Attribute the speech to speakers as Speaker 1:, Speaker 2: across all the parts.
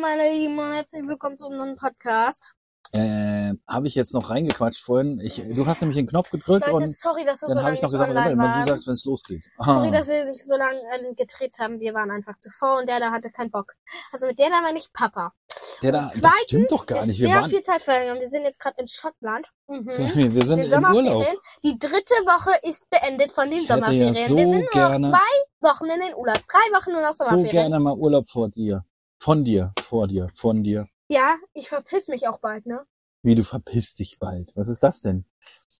Speaker 1: meine Lieben und herzlich willkommen zum neuen Podcast.
Speaker 2: Äh, habe ich jetzt noch reingequatscht vorhin. Ich, du hast nämlich den Knopf gedrückt
Speaker 1: Leute,
Speaker 2: und
Speaker 1: sorry, dass wir so
Speaker 2: dann habe
Speaker 1: lange
Speaker 2: ich
Speaker 1: nicht
Speaker 2: noch gesagt,
Speaker 1: online
Speaker 2: Moment, wenn
Speaker 1: waren.
Speaker 2: du sagst, wenn es losgeht.
Speaker 1: sorry,
Speaker 2: Ah.
Speaker 1: dass wir nicht so lange ähm, gedreht haben. Wir waren einfach zu faul und der da hatte keinen Bock. Also mit der da meine ich Papa.
Speaker 2: Der da,
Speaker 1: Und
Speaker 2: das stimmt doch gar
Speaker 1: ist
Speaker 2: nicht. Wir
Speaker 1: sehr
Speaker 2: waren,
Speaker 1: viel Zeit vergangen. Wir sind jetzt gerade in Schottland. Mhm.
Speaker 2: sorry, wir sind
Speaker 1: den
Speaker 2: im Urlaub.
Speaker 1: Sommerferien. Die dritte Woche ist beendet von den
Speaker 2: Ich hätte ja
Speaker 1: Sommerferien.
Speaker 2: so
Speaker 1: wir sind nur
Speaker 2: gerne-
Speaker 1: noch zwei Wochen in den Urlaub. Drei Wochen nur noch
Speaker 2: So
Speaker 1: Sommerferien.
Speaker 2: gerne mal Urlaub vor dir. Von dir, vor dir, von dir.
Speaker 1: Ja, ich verpiss mich auch bald, ne?
Speaker 2: Wie du verpisst dich bald. Was ist das denn?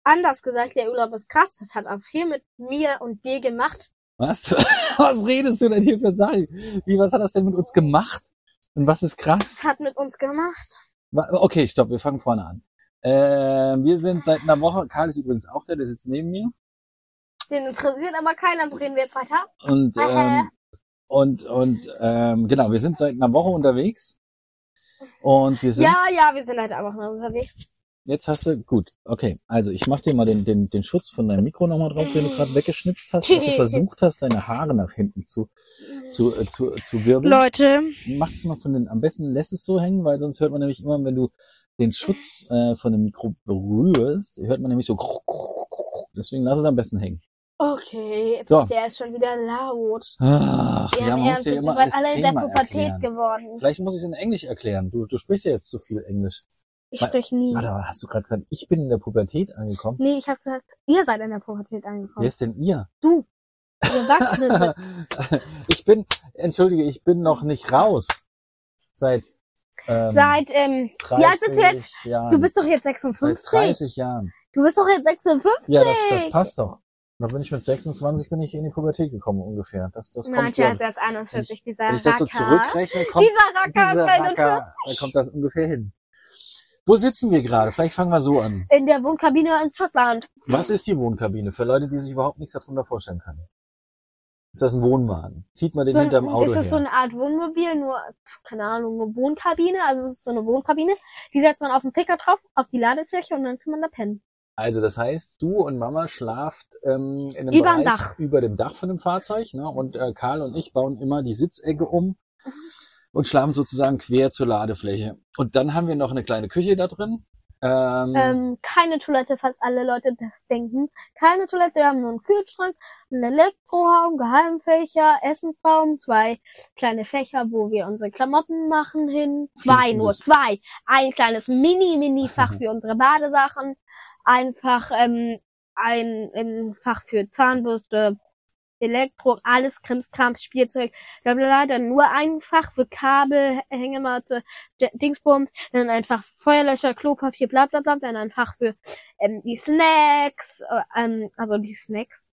Speaker 1: Anders gesagt, der Urlaub ist krass. Das hat auch viel mit mir und dir gemacht.
Speaker 2: Was? was redest du denn hier für Sachen? Wie, was hat das denn mit uns gemacht? Und was ist krass?
Speaker 1: Das hat mit uns gemacht.
Speaker 2: Wa- Okay, stopp, wir fangen vorne an. Äh, wir sind seit einer Woche, Karl ist übrigens auch da, der sitzt neben mir.
Speaker 1: Den interessiert aber keiner, so reden wir jetzt weiter.
Speaker 2: Und,
Speaker 1: Aha.
Speaker 2: ähm, und, und ähm, genau, wir sind seit einer Woche unterwegs. Und wir sind,
Speaker 1: Ja, ja, wir sind halt einfach nur unterwegs.
Speaker 2: jetzt hast du, gut, okay. Also ich mach dir mal den, den, den Schutz von deinem Mikro nochmal drauf, den du gerade weggeschnipst hast, dass du versucht hast, deine Haare nach hinten zu, zu, äh, zu, zu wirbeln.
Speaker 1: Leute,
Speaker 2: Mach das mal von den, am besten lässt es so hängen, weil sonst hört man nämlich immer, wenn du den Schutz äh, von dem Mikro berührst, hört man nämlich so. Deswegen lass es am besten hängen.
Speaker 1: okay,
Speaker 2: So.
Speaker 1: der ist schon wieder laut.
Speaker 2: Ach,
Speaker 1: Wir
Speaker 2: ja,
Speaker 1: haben
Speaker 2: man muss
Speaker 1: ernst,
Speaker 2: dir
Speaker 1: ihr
Speaker 2: immer
Speaker 1: seid
Speaker 2: alles
Speaker 1: alle in der
Speaker 2: zehnmal
Speaker 1: Pubertät
Speaker 2: erklären.
Speaker 1: geworden.
Speaker 2: Vielleicht muss ich es in Englisch erklären. Du, du sprichst ja jetzt zu viel Englisch.
Speaker 1: Ich
Speaker 2: Wa-
Speaker 1: spreche nie.
Speaker 2: Warte, aber hast du gerade gesagt, ich bin in der Pubertät angekommen?
Speaker 1: Nee, ich habe gesagt, ihr seid in der Pubertät angekommen.
Speaker 2: Wer ist denn ihr?
Speaker 1: Du. Ihr Erwachsenen sind.
Speaker 2: ich bin, entschuldige, ich bin noch nicht raus. Seit, ähm,
Speaker 1: Seit, ähm,
Speaker 2: 30
Speaker 1: wie alt bist du jetzt?
Speaker 2: Jahren.
Speaker 1: Du bist doch jetzt
Speaker 2: seit 30
Speaker 1: 56.
Speaker 2: Jahren.
Speaker 1: Du bist doch jetzt 56.
Speaker 2: Ja, das, das passt doch. Da bin ich mit 26 bin ich in die Pubertät gekommen ungefähr. Das, das kommt
Speaker 1: Nein, ich
Speaker 2: schon.
Speaker 1: als erst 41, dieser
Speaker 2: Wenn ich das so
Speaker 1: Racker.
Speaker 2: zurückrechne, kommt
Speaker 1: Dieser Racker
Speaker 2: dieser
Speaker 1: ist 41.
Speaker 2: Racker, da kommt das ungefähr hin. Wo sitzen wir gerade? Vielleicht fangen wir so an.
Speaker 1: In der Wohnkabine in Schottland.
Speaker 2: Was ist die Wohnkabine für Leute, die sich überhaupt nichts darunter vorstellen können? Ist das ein Wohnwagen? Zieht man den
Speaker 1: So ein-
Speaker 2: hinterm Auto
Speaker 1: ist das
Speaker 2: her?
Speaker 1: so eine Art Wohnmobil, nur, pf, keine Ahnung, eine Wohnkabine? Also es ist so eine Wohnkabine. Die setzt man auf den Picker drauf, auf die Ladefläche und dann kann man da pennen.
Speaker 2: also das heißt, du und Mama schlaft ähm, in einem
Speaker 1: Überm
Speaker 2: Bereich
Speaker 1: Dach.
Speaker 2: über dem Dach von dem Fahrzeug ne? und äh, Karl und ich bauen immer die Sitzecke um
Speaker 1: Mhm.
Speaker 2: und schlafen sozusagen quer zur Ladefläche. Und dann haben wir noch eine kleine Küche da drin. Ähm,
Speaker 1: Ähm, keine Toilette, falls alle Leute das denken. Keine Toilette, wir haben nur einen Kühlschrank, einen Elektroraum, Geheimfächer, Essensraum, zwei kleine Fächer, wo wir unsere Klamotten machen hin. Zwei,
Speaker 2: Findest du
Speaker 1: nur
Speaker 2: das-
Speaker 1: zwei. Ein kleines Mini-Mini-Fach für unsere Badesachen. Einfach ähm, ein, ein Fach für Zahnbürste, Elektro, alles Krimskrams, Spielzeug, bla bla bla, dann nur ein Fach für Kabel, Hängematte, D Dingsbums, dann ein Fach für Feuerlöscher, Klopapier, bla bla bla, dann ein Fach für ähm, die Snacks, äh, ähm, also die Snacks,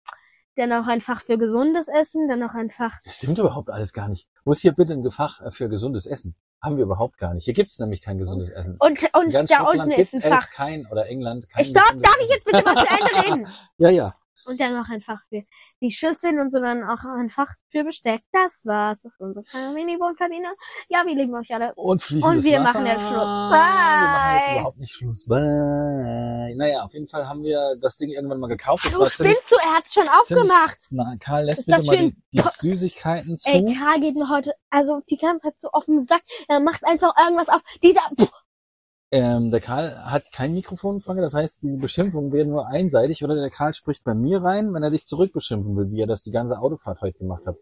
Speaker 1: dann auch ein Fach für gesundes Essen, dann auch ein Fach,
Speaker 2: Das stimmt überhaupt alles gar nicht. Wo ist hier bitte ein Gefach äh, für gesundes Essen? Haben wir überhaupt gar nicht. Hier gibt's nämlich kein gesundes Essen.
Speaker 1: und,
Speaker 2: In
Speaker 1: und
Speaker 2: ganz
Speaker 1: da
Speaker 2: Schottland
Speaker 1: unten ist ein
Speaker 2: gibt
Speaker 1: Fach.
Speaker 2: es kein, oder England, kein
Speaker 1: Stopp,
Speaker 2: gesundes
Speaker 1: darf ich
Speaker 2: Essen.
Speaker 1: jetzt bitte mal zu Ende reden?
Speaker 2: Ja, ja.
Speaker 1: Und dann noch ein Fach für die Schüsseln und so dann auch ein Fach für Besteck. Das war's. Das ist unsere kleine Mini-Wohnkabine. Ja, wir lieben euch alle.
Speaker 2: Und fließendes
Speaker 1: Und wir
Speaker 2: Wasser.
Speaker 1: machen jetzt Schluss.
Speaker 2: Wir machen jetzt
Speaker 1: Bye.
Speaker 2: überhaupt nicht Schluss. Bye. Naja, auf jeden Fall haben wir das Ding irgendwann mal gekauft. Das
Speaker 1: Du
Speaker 2: war ziemlich-
Speaker 1: spinnst du, er hat's schon aufgemacht.
Speaker 2: Na, Karl, lässt
Speaker 1: Ist
Speaker 2: bitte
Speaker 1: das
Speaker 2: mal
Speaker 1: für ein
Speaker 2: die, die Süßigkeiten zu.
Speaker 1: Ey, Karl geht mir heute, also die ganze Zeit so auf den Sack. Er macht einfach irgendwas auf. Dieser, pff,
Speaker 2: Ähm, der Karl hat kein Mikrofonempfang, das heißt, die Beschimpfungen werden nur einseitig oder der Karl spricht bei mir rein, wenn er dich zurückbeschimpfen will, wie er das die ganze Autofahrt heute gemacht hat.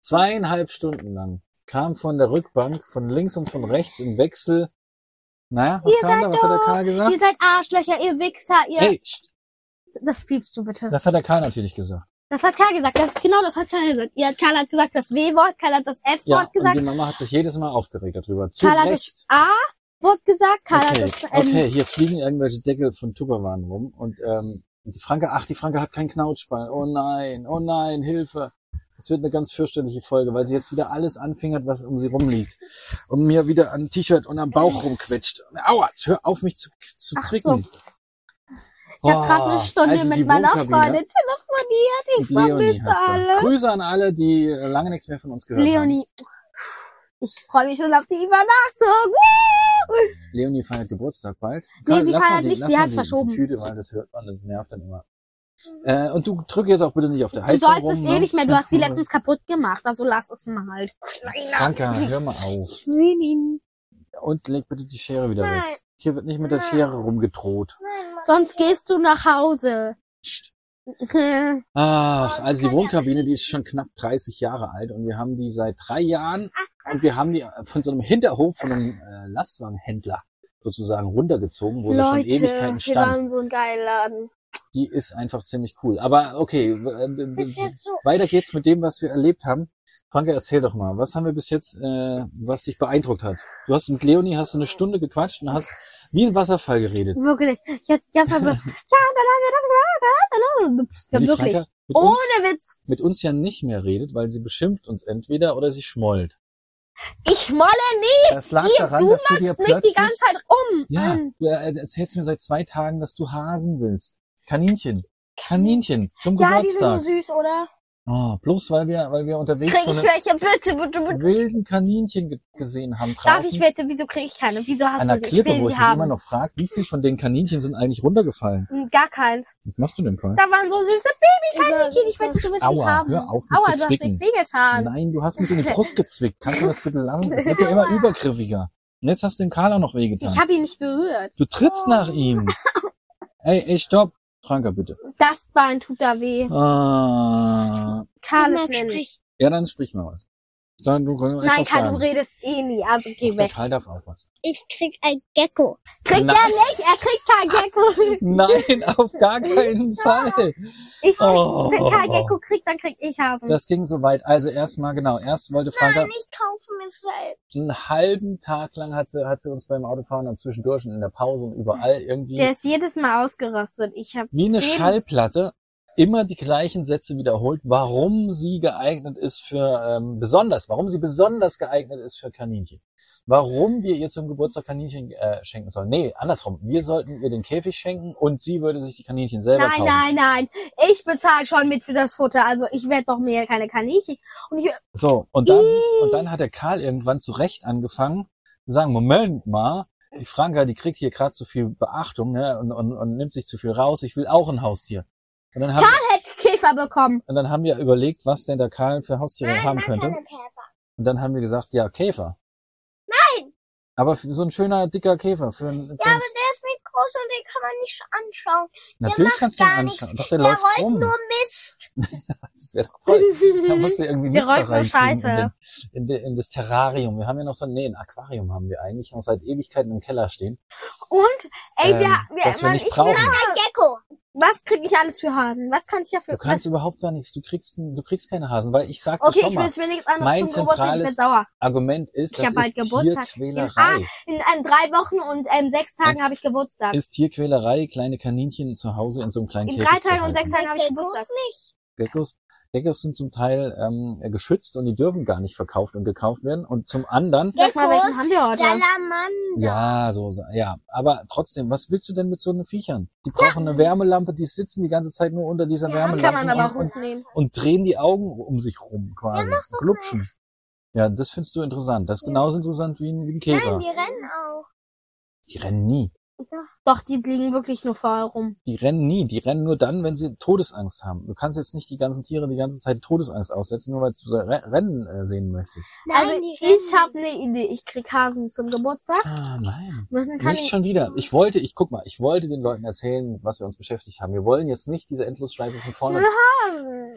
Speaker 2: Zweieinhalb Stunden lang kam von der Rückbank, von links und von rechts im Wechsel. Naja, was
Speaker 1: Ihr
Speaker 2: kam da?
Speaker 1: seid
Speaker 2: Was hat der
Speaker 1: doof.
Speaker 2: Karl gesagt?
Speaker 1: ihr seid Arschlöcher, ihr Wichser, ihr.
Speaker 2: Ey, pst,
Speaker 1: Das piepst du bitte.
Speaker 2: das hat der Karl natürlich gesagt.
Speaker 1: Das hat Karl gesagt. Das, genau, das hat Karl gesagt. Ihr, Karl hat gesagt das W-Wort, Karl hat das
Speaker 2: Ja,
Speaker 1: F-Wort
Speaker 2: und
Speaker 1: gesagt,
Speaker 2: die Mama hat sich jedes Mal aufgeregt darüber. Zu
Speaker 1: Karl hat
Speaker 2: Recht.
Speaker 1: das A-Wort gesagt, Karl hat
Speaker 2: okay,
Speaker 1: das, ähm,
Speaker 2: okay, hier fliegen irgendwelche Deckel von Tupperwaren rum und ähm, die Franke, ach, die Franke hat keinen Knautschball. Oh nein, oh nein, Hilfe. Es wird eine ganz fürchterliche Folge, weil sie jetzt wieder alles anfingert, was um sie rumliegt. Und mir wieder am T-Shirt und am Bauch rumquetscht. Aua, hör auf mich zu, zu
Speaker 1: Ach so.
Speaker 2: zwicken. Oh, also
Speaker 1: Ich habe gerade eine Stunde mit meiner
Speaker 2: ne?
Speaker 1: Freundin telefoniert. Ich vermisse alle.
Speaker 2: Grüße an alle, die lange nichts mehr von uns gehört haben.
Speaker 1: Leonie, ich freue mich schon auf die Übernachtung. Woo!
Speaker 2: Leonie feiert Geburtstag bald.
Speaker 1: Nee, sie
Speaker 2: lass mal
Speaker 1: feiert
Speaker 2: die-
Speaker 1: nicht,
Speaker 2: lass
Speaker 1: sie
Speaker 2: mal
Speaker 1: hat's
Speaker 2: die-
Speaker 1: verschoben.
Speaker 2: Die Tüte, weil das hört man, das nervt dann immer. Äh, und du drück jetzt auch bitte nicht auf der
Speaker 1: Du
Speaker 2: Heizung
Speaker 1: sollst
Speaker 2: rum.
Speaker 1: es
Speaker 2: ne?
Speaker 1: eh nicht mehr. Du hast sie letztens kaputt gemacht. Also lass es mal. Kleiner.
Speaker 2: Franka, hör mal auf.
Speaker 1: Ich will ihn.
Speaker 2: Und leg bitte die Schere wieder weg.
Speaker 1: Nein,
Speaker 2: Hier wird nicht mit der Schere rumgedroht.
Speaker 1: sonst gehst du nach Hause. Äh,
Speaker 2: Psst.
Speaker 1: Ach, Ah,
Speaker 2: Ach,
Speaker 3: das
Speaker 2: also die
Speaker 3: kann ja
Speaker 2: Wohnkabine, die ist schon knapp 30 Jahre alt und wir haben die seit drei Jahren und wir haben die äh, von so einem Hinterhof von einem äh, Lastwagenhändler sozusagen runtergezogen, wo sie schon Ewigkeiten
Speaker 1: wir
Speaker 2: stand.
Speaker 1: waren so ein geiler Laden.
Speaker 2: Die ist einfach ziemlich cool. Aber okay, äh,
Speaker 3: Ist jetzt so.
Speaker 2: weiter geht's mit dem, was wir erlebt haben. Franke, erzähl doch mal, was haben wir bis jetzt, äh, was dich beeindruckt hat? Du hast mit Leonie hast du eine Stunde gequatscht und hast wie ein Wasserfall geredet.
Speaker 1: Wirklich. Jetzt, jetzt also, ja, dann haben wir das gemacht. Ja,
Speaker 2: Und die
Speaker 1: wirklich. Oh!
Speaker 2: Franka mit, uns,
Speaker 1: Ohne Witz.
Speaker 2: mit uns ja nicht mehr redet, weil sie beschimpft uns entweder oder sie schmollt.
Speaker 1: Ich molle nicht
Speaker 2: Das lag daran,
Speaker 1: du
Speaker 2: dass du dir
Speaker 1: machst mich die
Speaker 2: plötzlich...
Speaker 1: ganze Zeit um.
Speaker 2: ja,
Speaker 1: Ähm,
Speaker 2: du äh, erzählst mir seit zwei Tagen, dass du Hasen willst. Kaninchen. Kaninchen zum
Speaker 1: ja die sind so
Speaker 2: Geburtstag.
Speaker 1: süß, oder?
Speaker 2: oh, bloß weil wir, weil wir unterwegs
Speaker 1: Krieg
Speaker 2: so
Speaker 1: ich
Speaker 2: eine
Speaker 1: welche? Bitte, bitte, bitte.
Speaker 2: wilden Kaninchen ge gesehen haben
Speaker 1: Darf
Speaker 2: draußen.
Speaker 1: ich bitte? Wieso krieg ich keine? Wieso hast
Speaker 2: an der
Speaker 1: du sie?
Speaker 2: Klippe,
Speaker 1: also ich will
Speaker 2: wo
Speaker 1: sie
Speaker 2: ich mich
Speaker 1: haben.
Speaker 2: immer noch frage, wie viel von den Kaninchen sind eigentlich runtergefallen?
Speaker 1: Hm, Gar keins.
Speaker 2: Was machst du denn, Karl?
Speaker 1: Da waren so süße Babykaninchen. Ich wette, du willst sie
Speaker 2: Aua,
Speaker 1: haben.
Speaker 2: hör auf mit
Speaker 1: Aua,
Speaker 2: zu
Speaker 1: du hast
Speaker 2: zwicken.
Speaker 1: nicht wehgetan.
Speaker 2: Nein, du hast mich in die Brust gezwickt. Kannst du das bitte lassen? Es wird ja immer übergriffiger. Und jetzt hast du den Karl auch noch wehgetan.
Speaker 1: Ich habe ihn nicht berührt.
Speaker 2: Du trittst nach ihm. Ey, ey, stopp. Franka, bitte.
Speaker 1: Das Bein tut da weh.
Speaker 2: Ah.
Speaker 1: Karl ist
Speaker 3: Niemand
Speaker 1: nennen.
Speaker 3: spricht.
Speaker 2: Ja, dann sprich mal was. Dann, du kannst
Speaker 1: Nein,
Speaker 2: was
Speaker 1: Karl,
Speaker 2: sagen.
Speaker 1: du redest eh nie. Also geh
Speaker 2: Der
Speaker 1: weg.
Speaker 2: Karl darf auch was.
Speaker 3: Ich krieg ein Gecko.
Speaker 1: Kriegt
Speaker 2: Nein. Ah.
Speaker 1: er nicht. Er kriegt kein Gecko.
Speaker 2: Nein, auf gar keinen Fall.
Speaker 1: Ich,
Speaker 2: Oh.
Speaker 1: wenn Karl Gecko kriegt, dann krieg ich Hasen.
Speaker 2: Das ging so weit. Also erstmal, genau, erst wollte Franka
Speaker 3: Ich kaufe mir selbst.
Speaker 2: einen halben Tag lang hat sie, hat sie uns beim Autofahren und zwischendurch und in der Pause und überall irgendwie
Speaker 1: Mhm. Der ist jedes Mal ausgerastet. Ich habe
Speaker 2: wie eine
Speaker 1: zehn-
Speaker 2: Schallplatte immer die gleichen Sätze wiederholt, warum sie geeignet ist für ähm, besonders, warum sie besonders geeignet ist für Kaninchen. Warum wir ihr zum Geburtstag Kaninchen äh, schenken sollen. Nee, andersrum. Wir sollten ihr den Käfig schenken und sie würde sich die Kaninchen selber
Speaker 1: Nein,
Speaker 2: kaufen.
Speaker 1: nein, nein. Ich bezahle schon mit für das Futter. Also ich werde doch mir keine Kaninchen. Und ich,
Speaker 2: So, und dann, und dann hat der Karl irgendwann zu Recht angefangen zu sagen, Moment mal, die Franka, die kriegt hier gerade zu viel Beachtung ne, und, und, und nimmt sich zu viel raus, ich will auch ein Haustier. Und dann, haben,
Speaker 1: hätte Käfer bekommen.
Speaker 2: und dann haben wir überlegt, was denn der Karl für Haustiere haben
Speaker 3: Mama
Speaker 2: könnte.
Speaker 3: kann eine Pfeffer.
Speaker 2: Und dann haben wir gesagt, ja, Käfer. Nein! Aber für so ein schöner, dicker Käfer. Für einen, für
Speaker 3: Ja,
Speaker 2: einen,
Speaker 3: aber der ist nicht groß und den kann man nicht anschauen.
Speaker 2: natürlich kannst du ihn
Speaker 3: gar
Speaker 2: anschauen.
Speaker 3: nichts.
Speaker 2: Doch, der,
Speaker 3: Der
Speaker 2: läuft
Speaker 3: rollt
Speaker 2: rum.
Speaker 3: nur Mist.
Speaker 2: Das wäre doch toll. Da musst du irgendwie
Speaker 1: Mhm. Der
Speaker 2: Mist da
Speaker 1: rollt nur
Speaker 2: reinkriegen
Speaker 1: Scheiße.
Speaker 2: In, den, in, de, in das Terrarium. Wir haben ja noch so, nee, ein Aquarium haben wir eigentlich noch seit Ewigkeiten im Keller stehen.
Speaker 1: Und, ey, wir,
Speaker 2: ähm,
Speaker 1: wir,
Speaker 2: das wir
Speaker 1: man,
Speaker 2: nicht
Speaker 1: ich,
Speaker 2: brauchen.
Speaker 3: Ein Gecko.
Speaker 1: was krieg ich alles für Hasen? Was kann ich dafür?
Speaker 2: Du kannst überhaupt gar nichts. Du kriegst, du kriegst keine Hasen, weil ich sagte
Speaker 1: was, okay,
Speaker 2: schon
Speaker 1: ich
Speaker 2: mal,
Speaker 1: will mir nichts anderes
Speaker 2: Mein
Speaker 1: zum Geburtstag. Ich
Speaker 2: zentrales-
Speaker 1: bin sauer.
Speaker 2: Argument ist,
Speaker 1: Ich
Speaker 2: das
Speaker 1: hab bald
Speaker 2: ist
Speaker 1: Geburtstag.
Speaker 2: Tierquälerei.
Speaker 1: In ähm, drei Wochen und ähm, sechs Tagen
Speaker 2: Es-
Speaker 1: habe ich Geburtstag.
Speaker 2: Ist Tierquälerei, kleine Kaninchen zu Hause in so einem kleinen
Speaker 1: In
Speaker 2: Käfig
Speaker 1: drei
Speaker 2: zu
Speaker 1: Tagen und
Speaker 2: halten.
Speaker 1: sechs Tagen habe ich
Speaker 3: Geckos
Speaker 1: Geburtstag.
Speaker 3: nicht.
Speaker 2: Geckos, Geckos sind zum Teil ähm, geschützt und die dürfen gar nicht verkauft und gekauft werden. Und zum anderen,
Speaker 1: Sag mal, welchen
Speaker 3: Geckos,
Speaker 1: haben wir heute?
Speaker 3: Salamander.
Speaker 2: ja, so, so- ja, aber trotzdem, was willst du denn mit so einem Viechern? Die brauchen eine Wärmelampe, die sitzen die ganze Zeit nur unter dieser
Speaker 3: Ja,
Speaker 1: Die kann man
Speaker 2: Wärmelampe
Speaker 1: aber
Speaker 2: und, und,
Speaker 1: hochnehmen.
Speaker 2: und drehen die Augen um sich rum quasi, glupschen. Ja, das findest du interessant. Das ist genauso interessant wie ein, wie ein Käfer.
Speaker 3: Nein, die rennen auch.
Speaker 2: die rennen nie.
Speaker 1: Doch, die liegen wirklich nur vorher rum.
Speaker 2: Die rennen nie. Die rennen nur dann, wenn sie Todesangst haben. Du kannst jetzt nicht die ganzen Tiere die ganze Zeit Todesangst aussetzen, nur weil du Re- Rennen äh, sehen möchtest.
Speaker 3: Nein,
Speaker 1: also
Speaker 3: die
Speaker 1: ich
Speaker 3: rennen.
Speaker 1: habe eine Idee. Ich krieg Hasen zum Geburtstag.
Speaker 2: Ah, nein.
Speaker 1: Man kann
Speaker 2: Nicht schon wieder. Ich wollte, ich guck mal, ich wollte den Leuten erzählen, was wir uns beschäftigt haben. Wir wollen jetzt nicht diese Endlosschleife von vorne.
Speaker 1: Hasen.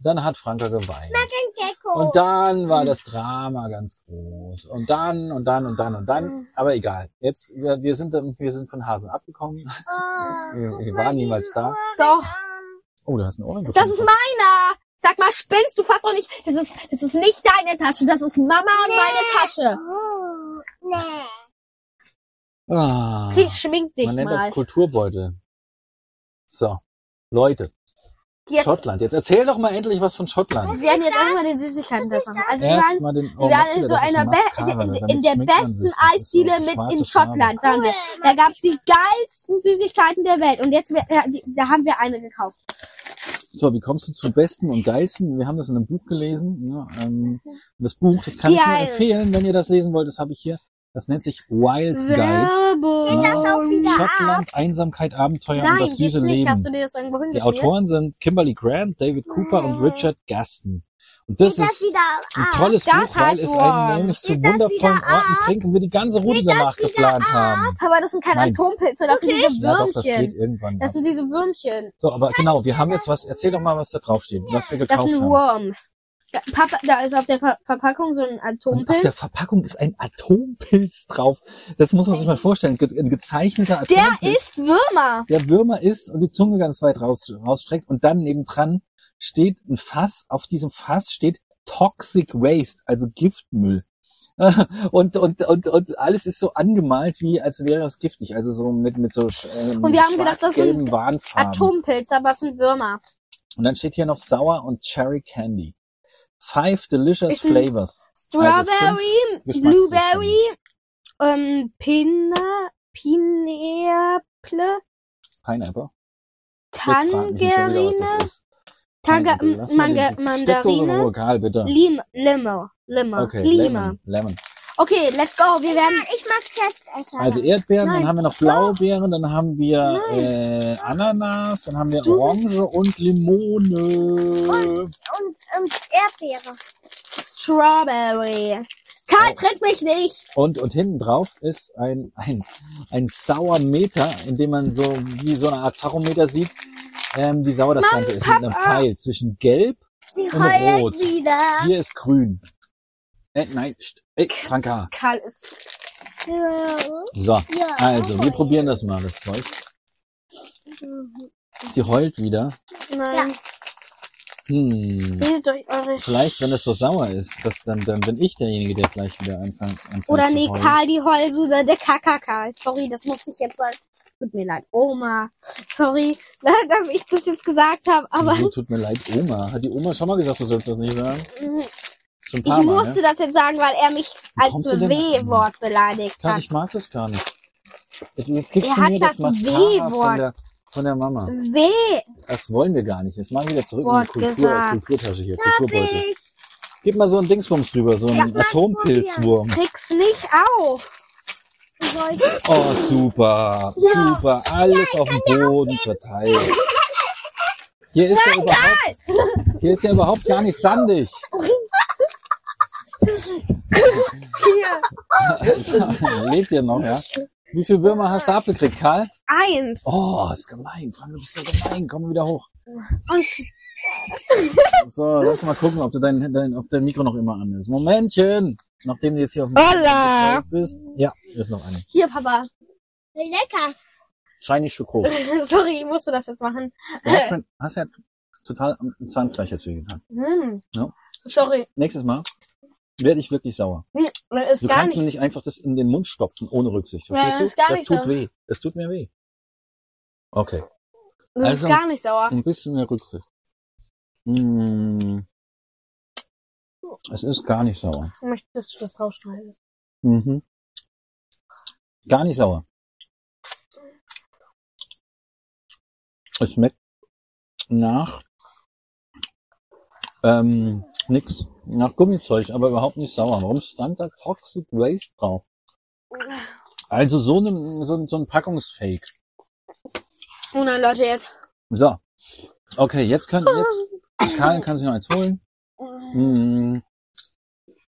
Speaker 2: Dann hat Franka geweint.
Speaker 3: Ein Gecko.
Speaker 2: Und dann war das Drama ganz groß. Und dann und dann und dann und dann. Aber egal. Jetzt, wir, wir sind, wir sind von Hasen abgekommen.
Speaker 3: Ah,
Speaker 2: Wir-
Speaker 3: guck
Speaker 2: wir
Speaker 3: mal,
Speaker 2: waren niemals
Speaker 3: diesen
Speaker 2: da.
Speaker 3: Ohrring
Speaker 1: Doch.
Speaker 3: an.
Speaker 2: Oh, da hast du einen Ohren
Speaker 1: Das ist meiner. Sag mal, spinnst du fast doch nicht? Das ist, das ist nicht deine Tasche. Das ist Mama und
Speaker 3: Nee.
Speaker 1: meine Tasche.
Speaker 3: Oh, nee.
Speaker 2: ah,
Speaker 1: Okay, schmink dich
Speaker 2: Man nennt
Speaker 1: mal.
Speaker 2: das Kulturbeutel. So. Leute.
Speaker 1: Jetzt,
Speaker 2: Schottland. Jetzt erzähl doch mal endlich was von Schottland.
Speaker 1: wir haben jetzt irgendwann den Süßigkeiten besser. Also wir waren,
Speaker 2: Erstmal den, Oh,
Speaker 1: wir waren in so einer Be in, in der besten
Speaker 2: halt
Speaker 1: Eisdiele mit in Schottland. Waren wir. Da gab's die geilsten Süßigkeiten der Welt. Und jetzt, wir- ja, die- da haben wir eine gekauft.
Speaker 2: So, wie kommst du zu besten und geilsten? Wir haben das in einem Buch gelesen. Ne? Ähm, das Buch, das kann ich nur
Speaker 1: Geil.
Speaker 2: empfehlen, wenn ihr das lesen wollt. Das habe ich hier. Das nennt sich Wild Guide.
Speaker 1: Werbung.
Speaker 2: Geht das
Speaker 3: auch wieder? Ja.
Speaker 2: Schottland, Einsamkeit, Abenteuer
Speaker 1: Nein,
Speaker 2: und das
Speaker 1: geht's
Speaker 2: süße
Speaker 1: nicht.
Speaker 2: Leben.
Speaker 1: Hast du dir das irgendwo
Speaker 2: Die
Speaker 1: hingeschmiert?
Speaker 2: Autoren sind Kimberly Grant, David Cooper und
Speaker 3: Nein.
Speaker 2: Richard Gaston. Und das
Speaker 3: Geht das
Speaker 2: ist
Speaker 3: wieder
Speaker 2: ein
Speaker 3: ab?
Speaker 2: tolles
Speaker 1: Das
Speaker 2: Buch, weil
Speaker 1: heißt
Speaker 2: es
Speaker 1: Ohren.
Speaker 2: einen nämlich zu
Speaker 3: Geht das
Speaker 2: wundervollen
Speaker 3: wieder
Speaker 2: Orten
Speaker 3: ab?
Speaker 2: bringt und wir die ganze Route
Speaker 3: Geht das
Speaker 2: danach
Speaker 3: wieder
Speaker 2: geplant haben.
Speaker 1: Aber das sind keine
Speaker 2: Nein.
Speaker 1: Atompilze, das sind diese
Speaker 2: Ja, doch, das
Speaker 1: Würmchen.
Speaker 2: geht irgendwann.
Speaker 1: das
Speaker 2: ab.
Speaker 1: sind diese Würmchen.
Speaker 2: So, aber genau, wir haben jetzt was, erzähl doch mal, was da draufsteht, was wir
Speaker 1: Das
Speaker 2: gekauft
Speaker 1: sind
Speaker 2: haben.
Speaker 1: Worms. Da, Papa, da ist auf der Ver Verpackung so ein
Speaker 2: Und auf der
Speaker 1: Atompilz.
Speaker 2: Verpackung ist ein atompilz drauf. Das muss man sich mal vorstellen. Ge ein gezeichneter
Speaker 1: Der
Speaker 2: Atompilz.
Speaker 1: ist Würmer.
Speaker 2: der Würmer isst und die Zunge ganz weit raus, rausstreckt und dann nebendran steht ein Fass, auf diesem Fass steht Toxic Waste, also Giftmüll. Und, und, und, und alles ist so angemalt, wie als wäre es giftig, also so mit, mit so ähm,
Speaker 1: Und wir haben gedacht, das sind
Speaker 2: schwarz-gelben Warnfarben.
Speaker 1: Atompilz, aber es sind Würmer.
Speaker 2: Und dann steht hier noch Sauer und Cherry Candy. Five delicious
Speaker 1: Ist ein-
Speaker 2: flavors.
Speaker 1: Strawberry,
Speaker 2: fünf
Speaker 1: Blueberry, ähm, Pina, Pineapple,
Speaker 2: Pineapple. Jetzt frag mich nicht schon wieder, was
Speaker 1: Tangerine,
Speaker 2: das ist.
Speaker 1: Tanga,
Speaker 2: Pineapple. Lass mal
Speaker 1: Manga,
Speaker 2: die Steckdose in
Speaker 1: Mandarine,
Speaker 2: Ruhe, Karl, bitte.
Speaker 1: Lima, Limo, Limo,
Speaker 2: Okay,
Speaker 1: Lima.
Speaker 2: Lemon, Lemon.
Speaker 1: Okay, let's go. Wir werden,
Speaker 3: Ich mag Testesser.
Speaker 2: Also Erdbeeren,
Speaker 1: Nein.
Speaker 2: dann haben wir noch Blaubeeren, dann haben wir äh, Ananas, dann haben wir
Speaker 1: Du-
Speaker 2: Orange und Limone.
Speaker 3: und, und Erdbeere.
Speaker 1: Strawberry. Karl,
Speaker 2: Oh.
Speaker 1: tritt mich nicht.
Speaker 2: Und, und hinten drauf ist ein, ein, ein sauer Meter, in dem man so wie so eine Art Tachometer sieht, ähm, wie sauer das Ganze ist. Mit einem Pfeil zwischen Gelb,
Speaker 3: Sie
Speaker 2: Und
Speaker 3: heulen
Speaker 2: rot.
Speaker 3: wieder.
Speaker 2: hier ist Grün. Äh, nein, st- ey, Franka.
Speaker 1: Karl ist,
Speaker 2: So,
Speaker 3: Ja,
Speaker 2: also, wir
Speaker 1: oh.
Speaker 3: heulen.
Speaker 2: probieren das mal, das Zeug. Sie heult wieder.
Speaker 1: nein.
Speaker 2: Hm.
Speaker 1: Redet euch eure Sch-
Speaker 2: Vielleicht, wenn das so sauer ist, dass dann, dann bin ich derjenige, der gleich wieder anfängt. anfängt
Speaker 1: Oder
Speaker 2: zu
Speaker 1: nee,
Speaker 2: heulen.
Speaker 1: Karl die Heuse oder der Kaka-Karl. Sorry, das musste ich jetzt sagen. Tut mir leid, Oma. Sorry, dass ich das jetzt gesagt habe, aber
Speaker 2: Wieso tut mir leid, Oma. Hat die Oma schon mal gesagt, du sollst das nicht sagen?
Speaker 1: Mhm. ich
Speaker 2: Schon ein paar Mal,
Speaker 1: musste
Speaker 2: ne?
Speaker 1: das jetzt sagen, weil er mich
Speaker 2: Wie
Speaker 1: als
Speaker 2: kommst du denn-
Speaker 1: W-Wort beleidigt
Speaker 2: Klar,
Speaker 1: hat.
Speaker 2: ich mag das gar nicht. Jetzt, jetzt gibst
Speaker 1: Er
Speaker 2: du
Speaker 1: hat
Speaker 2: mir
Speaker 1: das
Speaker 2: das Mascara
Speaker 1: W-Wort.
Speaker 2: von der, von der Mama.
Speaker 1: W.
Speaker 2: Das wollen wir gar nicht. Jetzt machen wir wieder zurück
Speaker 1: Wort
Speaker 2: in die Kultur,
Speaker 1: gesagt.
Speaker 2: Kulturtasche hier, Kulturbeutel. Gib mal so ein Dingsbums drüber, so einen Atompilzwurm.
Speaker 1: Krieg's nicht auf.
Speaker 2: Oh, super,
Speaker 3: Ja.
Speaker 2: super. Alles auf dem Boden verteilt. Hier ist, ja überhaupt, hier ist ja überhaupt gar nicht sandig.
Speaker 1: Hier.
Speaker 2: Lebt ihr noch, ja? Wie viele Würmer hast du abgekriegt, Karl?
Speaker 1: Eins.
Speaker 2: Oh, ist gemein. Frank, du bist so gemein. Komm wieder hoch.
Speaker 1: Und
Speaker 2: So, lass mal gucken, ob, du dein, dein, ob dein Mikro noch immer an ist. Momentchen. Nachdem du jetzt hier auf dem
Speaker 1: Hola.
Speaker 2: Feld bist. Ja, ist noch eine.
Speaker 1: hier, Papa.
Speaker 3: Lecker.
Speaker 2: Shiny Schoko.
Speaker 1: Sorry, ich musste das jetzt machen.
Speaker 2: Du hast schon- hast ja total am Zahnfleisch jetzt wehgetan.
Speaker 1: Hm.
Speaker 2: Ja.
Speaker 1: Sorry.
Speaker 2: Nächstes Mal werde ich wirklich sauer.
Speaker 1: Hm, Ist
Speaker 2: Du
Speaker 1: gar
Speaker 2: kannst
Speaker 1: nicht.
Speaker 2: mir nicht einfach das in den Mund stopfen, ohne Rücksicht.
Speaker 1: Ja,
Speaker 2: Verstehst
Speaker 1: das ist
Speaker 2: du?
Speaker 1: gar
Speaker 2: Das
Speaker 1: nicht
Speaker 2: tut
Speaker 1: so.
Speaker 2: weh. Das tut mir weh. Okay.
Speaker 1: Das
Speaker 2: Also-
Speaker 1: ist gar nicht sauer.
Speaker 2: Ein bisschen mehr Rücksicht. Mm. Es ist gar nicht sauer.
Speaker 1: Möchtest du das rausschneiden?
Speaker 2: Mhm. Gar nicht sauer. Es schmeckt nach ähm, nix, nach Gummizeug, aber überhaupt nicht sauer. Warum stand da Toxic Waste drauf? Also so, ne, so, so ein Packungsfake.
Speaker 1: Oh nein, Leute, jetzt.
Speaker 2: So. Okay, jetzt kann jetzt Karl kann sich noch eins holen. Mm.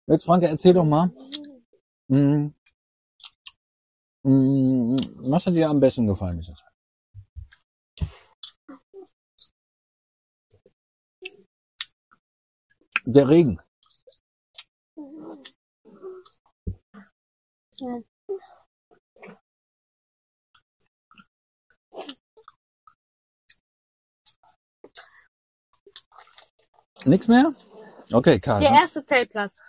Speaker 2: Jetzt Franke, erzähl doch mal. Mm. Mm. Was hat dir am besten gefallen dieses Jahr? Der Regen. Nix mehr? Okay, Karl.
Speaker 1: Der
Speaker 2: ne?
Speaker 1: erste Zeltplatz.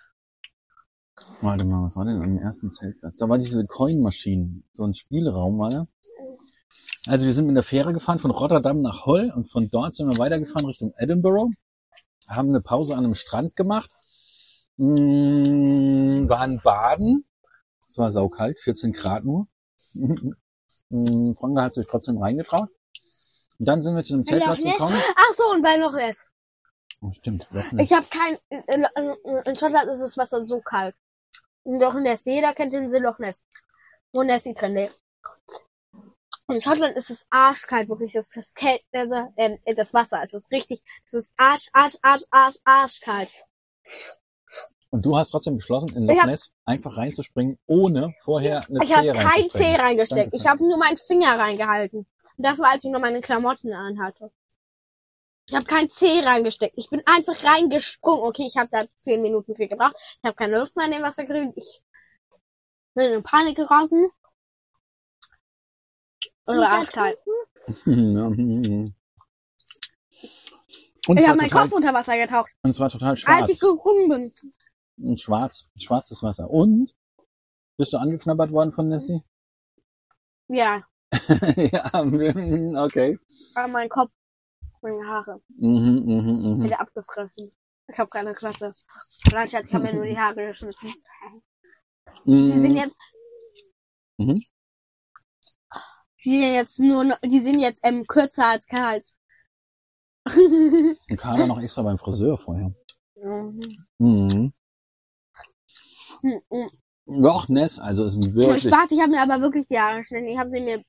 Speaker 2: Warte mal, was war denn am ersten Zeltplatz? Da war diese Coin-Maschine, so ein Spielraum, warte. Also wir sind mit der Fähre gefahren von Rotterdam nach Hull und von dort sind wir weitergefahren Richtung Edinburgh, haben eine Pause an einem Strand gemacht, mm, waren baden, es war saukalt, 14 Grad nur. Mm, Franka hat sich trotzdem reingetraut. Und dann sind wir zu einem Zeltplatz
Speaker 3: Loch Ness.
Speaker 2: gekommen.
Speaker 1: Ach so, und bei Loch Ness.
Speaker 2: Oh, stimmt, Loch Ness.
Speaker 1: Ich habe kein... In, in, in Schottland ist das Wasser so kalt. In Loch Ness. Jeder kennt den See Loch Ness. Wo Nessie drin lebt. In Schottland ist es arschkalt, wirklich. Das, das, Kälte, also, ähm, das Wasser. Es ist richtig... Es ist arsch, arsch, arsch, arsch, arschkalt.
Speaker 2: Und du hast trotzdem beschlossen, in Loch
Speaker 1: Ich hab-
Speaker 2: Ness einfach reinzuspringen, ohne vorher eine
Speaker 1: Ich habe
Speaker 2: Zehe
Speaker 1: keinen Zeh
Speaker 2: reinzustecken.
Speaker 1: reingesteckt.
Speaker 2: Danke,
Speaker 1: Ich habe nur meinen Finger reingehalten. Und das war, als ich noch meine Klamotten anhatte. Ich habe keinen Zeh reingesteckt. Ich bin einfach reingesprungen. Okay, ich habe da zehn Minuten für gebraucht. Ich habe keine Luft mehr in dem Wasser gekriegt. Ich bin in Panik geraten. Und war
Speaker 3: Süßer
Speaker 1: abgehalten.
Speaker 2: Mhm, und
Speaker 1: Ich
Speaker 2: es war
Speaker 1: habe meinen
Speaker 2: total,
Speaker 1: Kopf Halt unter Wasser getaucht,
Speaker 2: und es war total
Speaker 1: als ich
Speaker 2: schwarz.
Speaker 1: gerungen bin.
Speaker 2: Ein schwarz, ein schwarzes Wasser. Und? Bist du angeknabbert worden von Nessie?
Speaker 1: Ja,
Speaker 2: ja, mm, okay.
Speaker 1: aber mein Kopf, meine Haare,
Speaker 2: Mhm, mhm, mhm.
Speaker 1: wieder abgefressen. Ich habe keine Klasse. Nein, Schatz, ich habe mir nur die Haare geschnitten. Die sind jetzt.
Speaker 2: Mhm.
Speaker 1: Die sind jetzt nur, noch- die sind jetzt ähm, kürzer als Karls.
Speaker 2: Und Carla noch extra beim Friseur vorher.
Speaker 1: Mhm.
Speaker 2: Mhm.
Speaker 1: Mhm.
Speaker 2: Loch Ness, also ist ein wirklich
Speaker 1: Spaß, ich habe mir aber wirklich die Haare geschnitten. Ich habe sie mir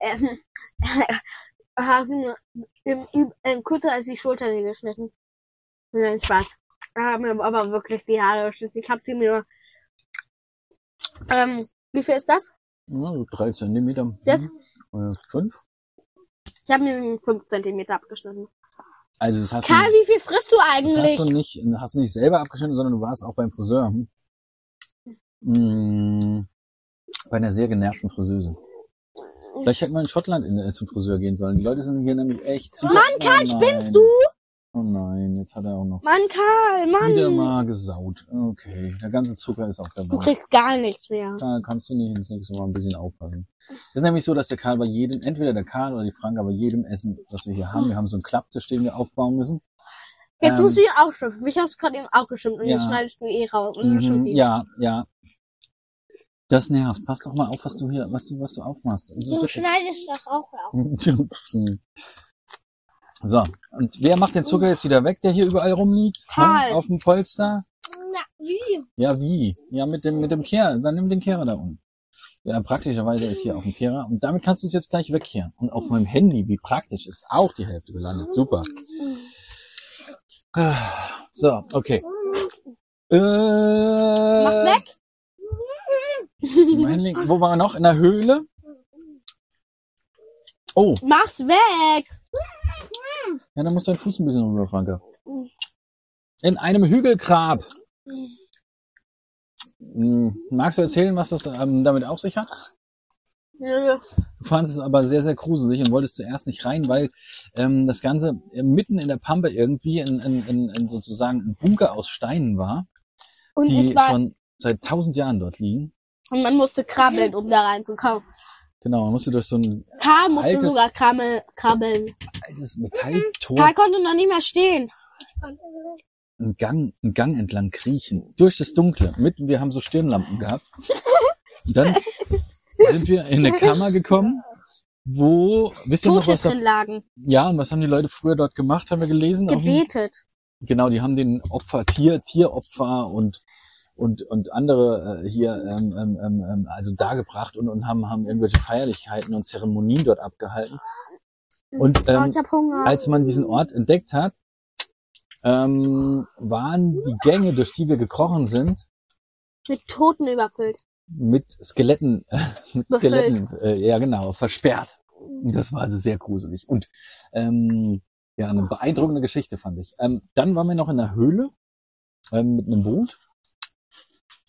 Speaker 1: ähm, haben im, im, ähm, kürzer als die Schultern geschnitten. Nein, Spaß. Ich habe mir aber wirklich die Haare geschnitten. Ich habe sie mir ähm, wie viel ist das?
Speaker 2: ja, so drei Zentimeter.
Speaker 1: Das-
Speaker 2: Mhm. Oder fünf.
Speaker 1: Ich habe mir 5 cm abgeschnitten.
Speaker 2: Also das hast
Speaker 1: Karl,
Speaker 2: du,
Speaker 1: wie viel frisst du
Speaker 2: das
Speaker 1: eigentlich?
Speaker 2: hast du nicht, hast du nicht selber abgeschnitten, sondern du warst auch beim Friseur. Hm? Mhm. Bei einer sehr genervten
Speaker 1: Hm.
Speaker 2: Friseuse. Vielleicht hätten wir in Schottland in, äh, zum Friseur gehen sollen. Die Leute sind hier nämlich echt zu.
Speaker 1: Mann,
Speaker 2: Karl,
Speaker 1: Spinnst du?
Speaker 2: Oh nein, jetzt hat er auch noch
Speaker 1: Mann, Karl, Mann.
Speaker 2: wieder mal gesaut. Okay, der ganze Zucker ist auch dabei.
Speaker 1: Du kriegst gar nichts mehr.
Speaker 2: Da kannst du nicht das nächste Mal ein bisschen aufpassen. Es ist nämlich so, dass der Karl bei jedem, entweder der Karl oder die Franke bei jedem Essen, das wir hier haben, wir haben so einen Klapptisch, den wir aufbauen müssen.
Speaker 1: Jetzt
Speaker 2: Ähm,
Speaker 1: musst du ihn auch schimpfen. Mich hast du gerade eben auch geschimpft und
Speaker 2: Ja.
Speaker 1: jetzt schneidest du eh raus. Und dann
Speaker 2: Mhm,
Speaker 1: schimpfst du ihn.
Speaker 2: ja, ja. Das nervt. Pass doch mal auf, was du hier, was du, was du aufmachst. Und so
Speaker 3: Du
Speaker 2: bitte.
Speaker 3: schneidest doch auch auf.
Speaker 2: so, und wer macht den Zucker jetzt wieder weg, der hier überall rumliegt?
Speaker 1: Karl.
Speaker 2: Hm? Auf dem Polster?
Speaker 3: Na, wie?
Speaker 2: Ja, wie? Ja, mit dem, mit dem Kehrer. Dann nimm den Kehrer da unten. Ja, praktischerweise ist hier auf dem Kehrer. Und damit kannst du es jetzt gleich wegkehren. Und auf meinem Handy, wie praktisch, ist auch die Hälfte gelandet. Super.
Speaker 1: Mhm.
Speaker 2: Ah, So, okay. Äh,
Speaker 1: Mach's weg. Mhm.
Speaker 2: mein Link. Wo waren wir noch? In der Höhle? Oh,
Speaker 1: Mach's weg.
Speaker 2: ja, dann muss dein Fuß ein bisschen runter, Franke. In einem Hügelgrab. Hm, Magst du erzählen, was das ähm, damit auf sich hat?
Speaker 1: Nö.
Speaker 2: Du fandest es aber sehr, sehr gruselig und wolltest zuerst nicht rein, weil ähm, das Ganze äh, mitten in der Pampe irgendwie in, in, in, in sozusagen ein Bunker aus Steinen war,
Speaker 1: Und
Speaker 2: die
Speaker 1: es war,
Speaker 2: schon seit tausend Jahren dort liegen.
Speaker 1: und man musste krabbeln, um da reinzukommen.
Speaker 2: Genau, man musste durch so ein
Speaker 1: Karl musste
Speaker 2: Altes- Oh.
Speaker 1: sogar krabbeln. krabbeln.
Speaker 2: altes
Speaker 1: Mhm.
Speaker 2: Metalltor
Speaker 1: Karl konnte noch nicht mehr stehen.
Speaker 2: einen Gang, einen Gang entlang kriechen. Durch das Dunkle. Mitten, wir haben so Stirnlampen gehabt. Und dann sind wir in eine Kammer gekommen, wo, wisst ihr noch,
Speaker 1: Tote
Speaker 2: was da,
Speaker 1: drin lagen.
Speaker 2: ja, und was haben die Leute früher dort gemacht, haben wir gelesen? auf dem-
Speaker 1: Gebetet.
Speaker 2: Genau, die haben den Opfer, Tier, Tieropfer und und und andere äh, hier ähm, ähm, ähm, ähm, also dargebracht und und haben haben irgendwelche Feierlichkeiten und Zeremonien dort abgehalten. Und
Speaker 1: oh,
Speaker 2: ähm,
Speaker 1: ich hab Hunger.
Speaker 2: als man diesen Ort entdeckt hat, ähm, waren die Gänge, durch die wir gekrochen sind,
Speaker 1: Mit Toten überfüllt.
Speaker 2: mit Skeletten, mit
Speaker 1: Befüllt.
Speaker 2: Skeletten, äh, ja genau, versperrt. Und das war also sehr gruselig. Und ähm, ja, eine beeindruckende Geschichte fand ich. Ähm, dann waren wir noch in der Höhle ähm, mit einem Boot,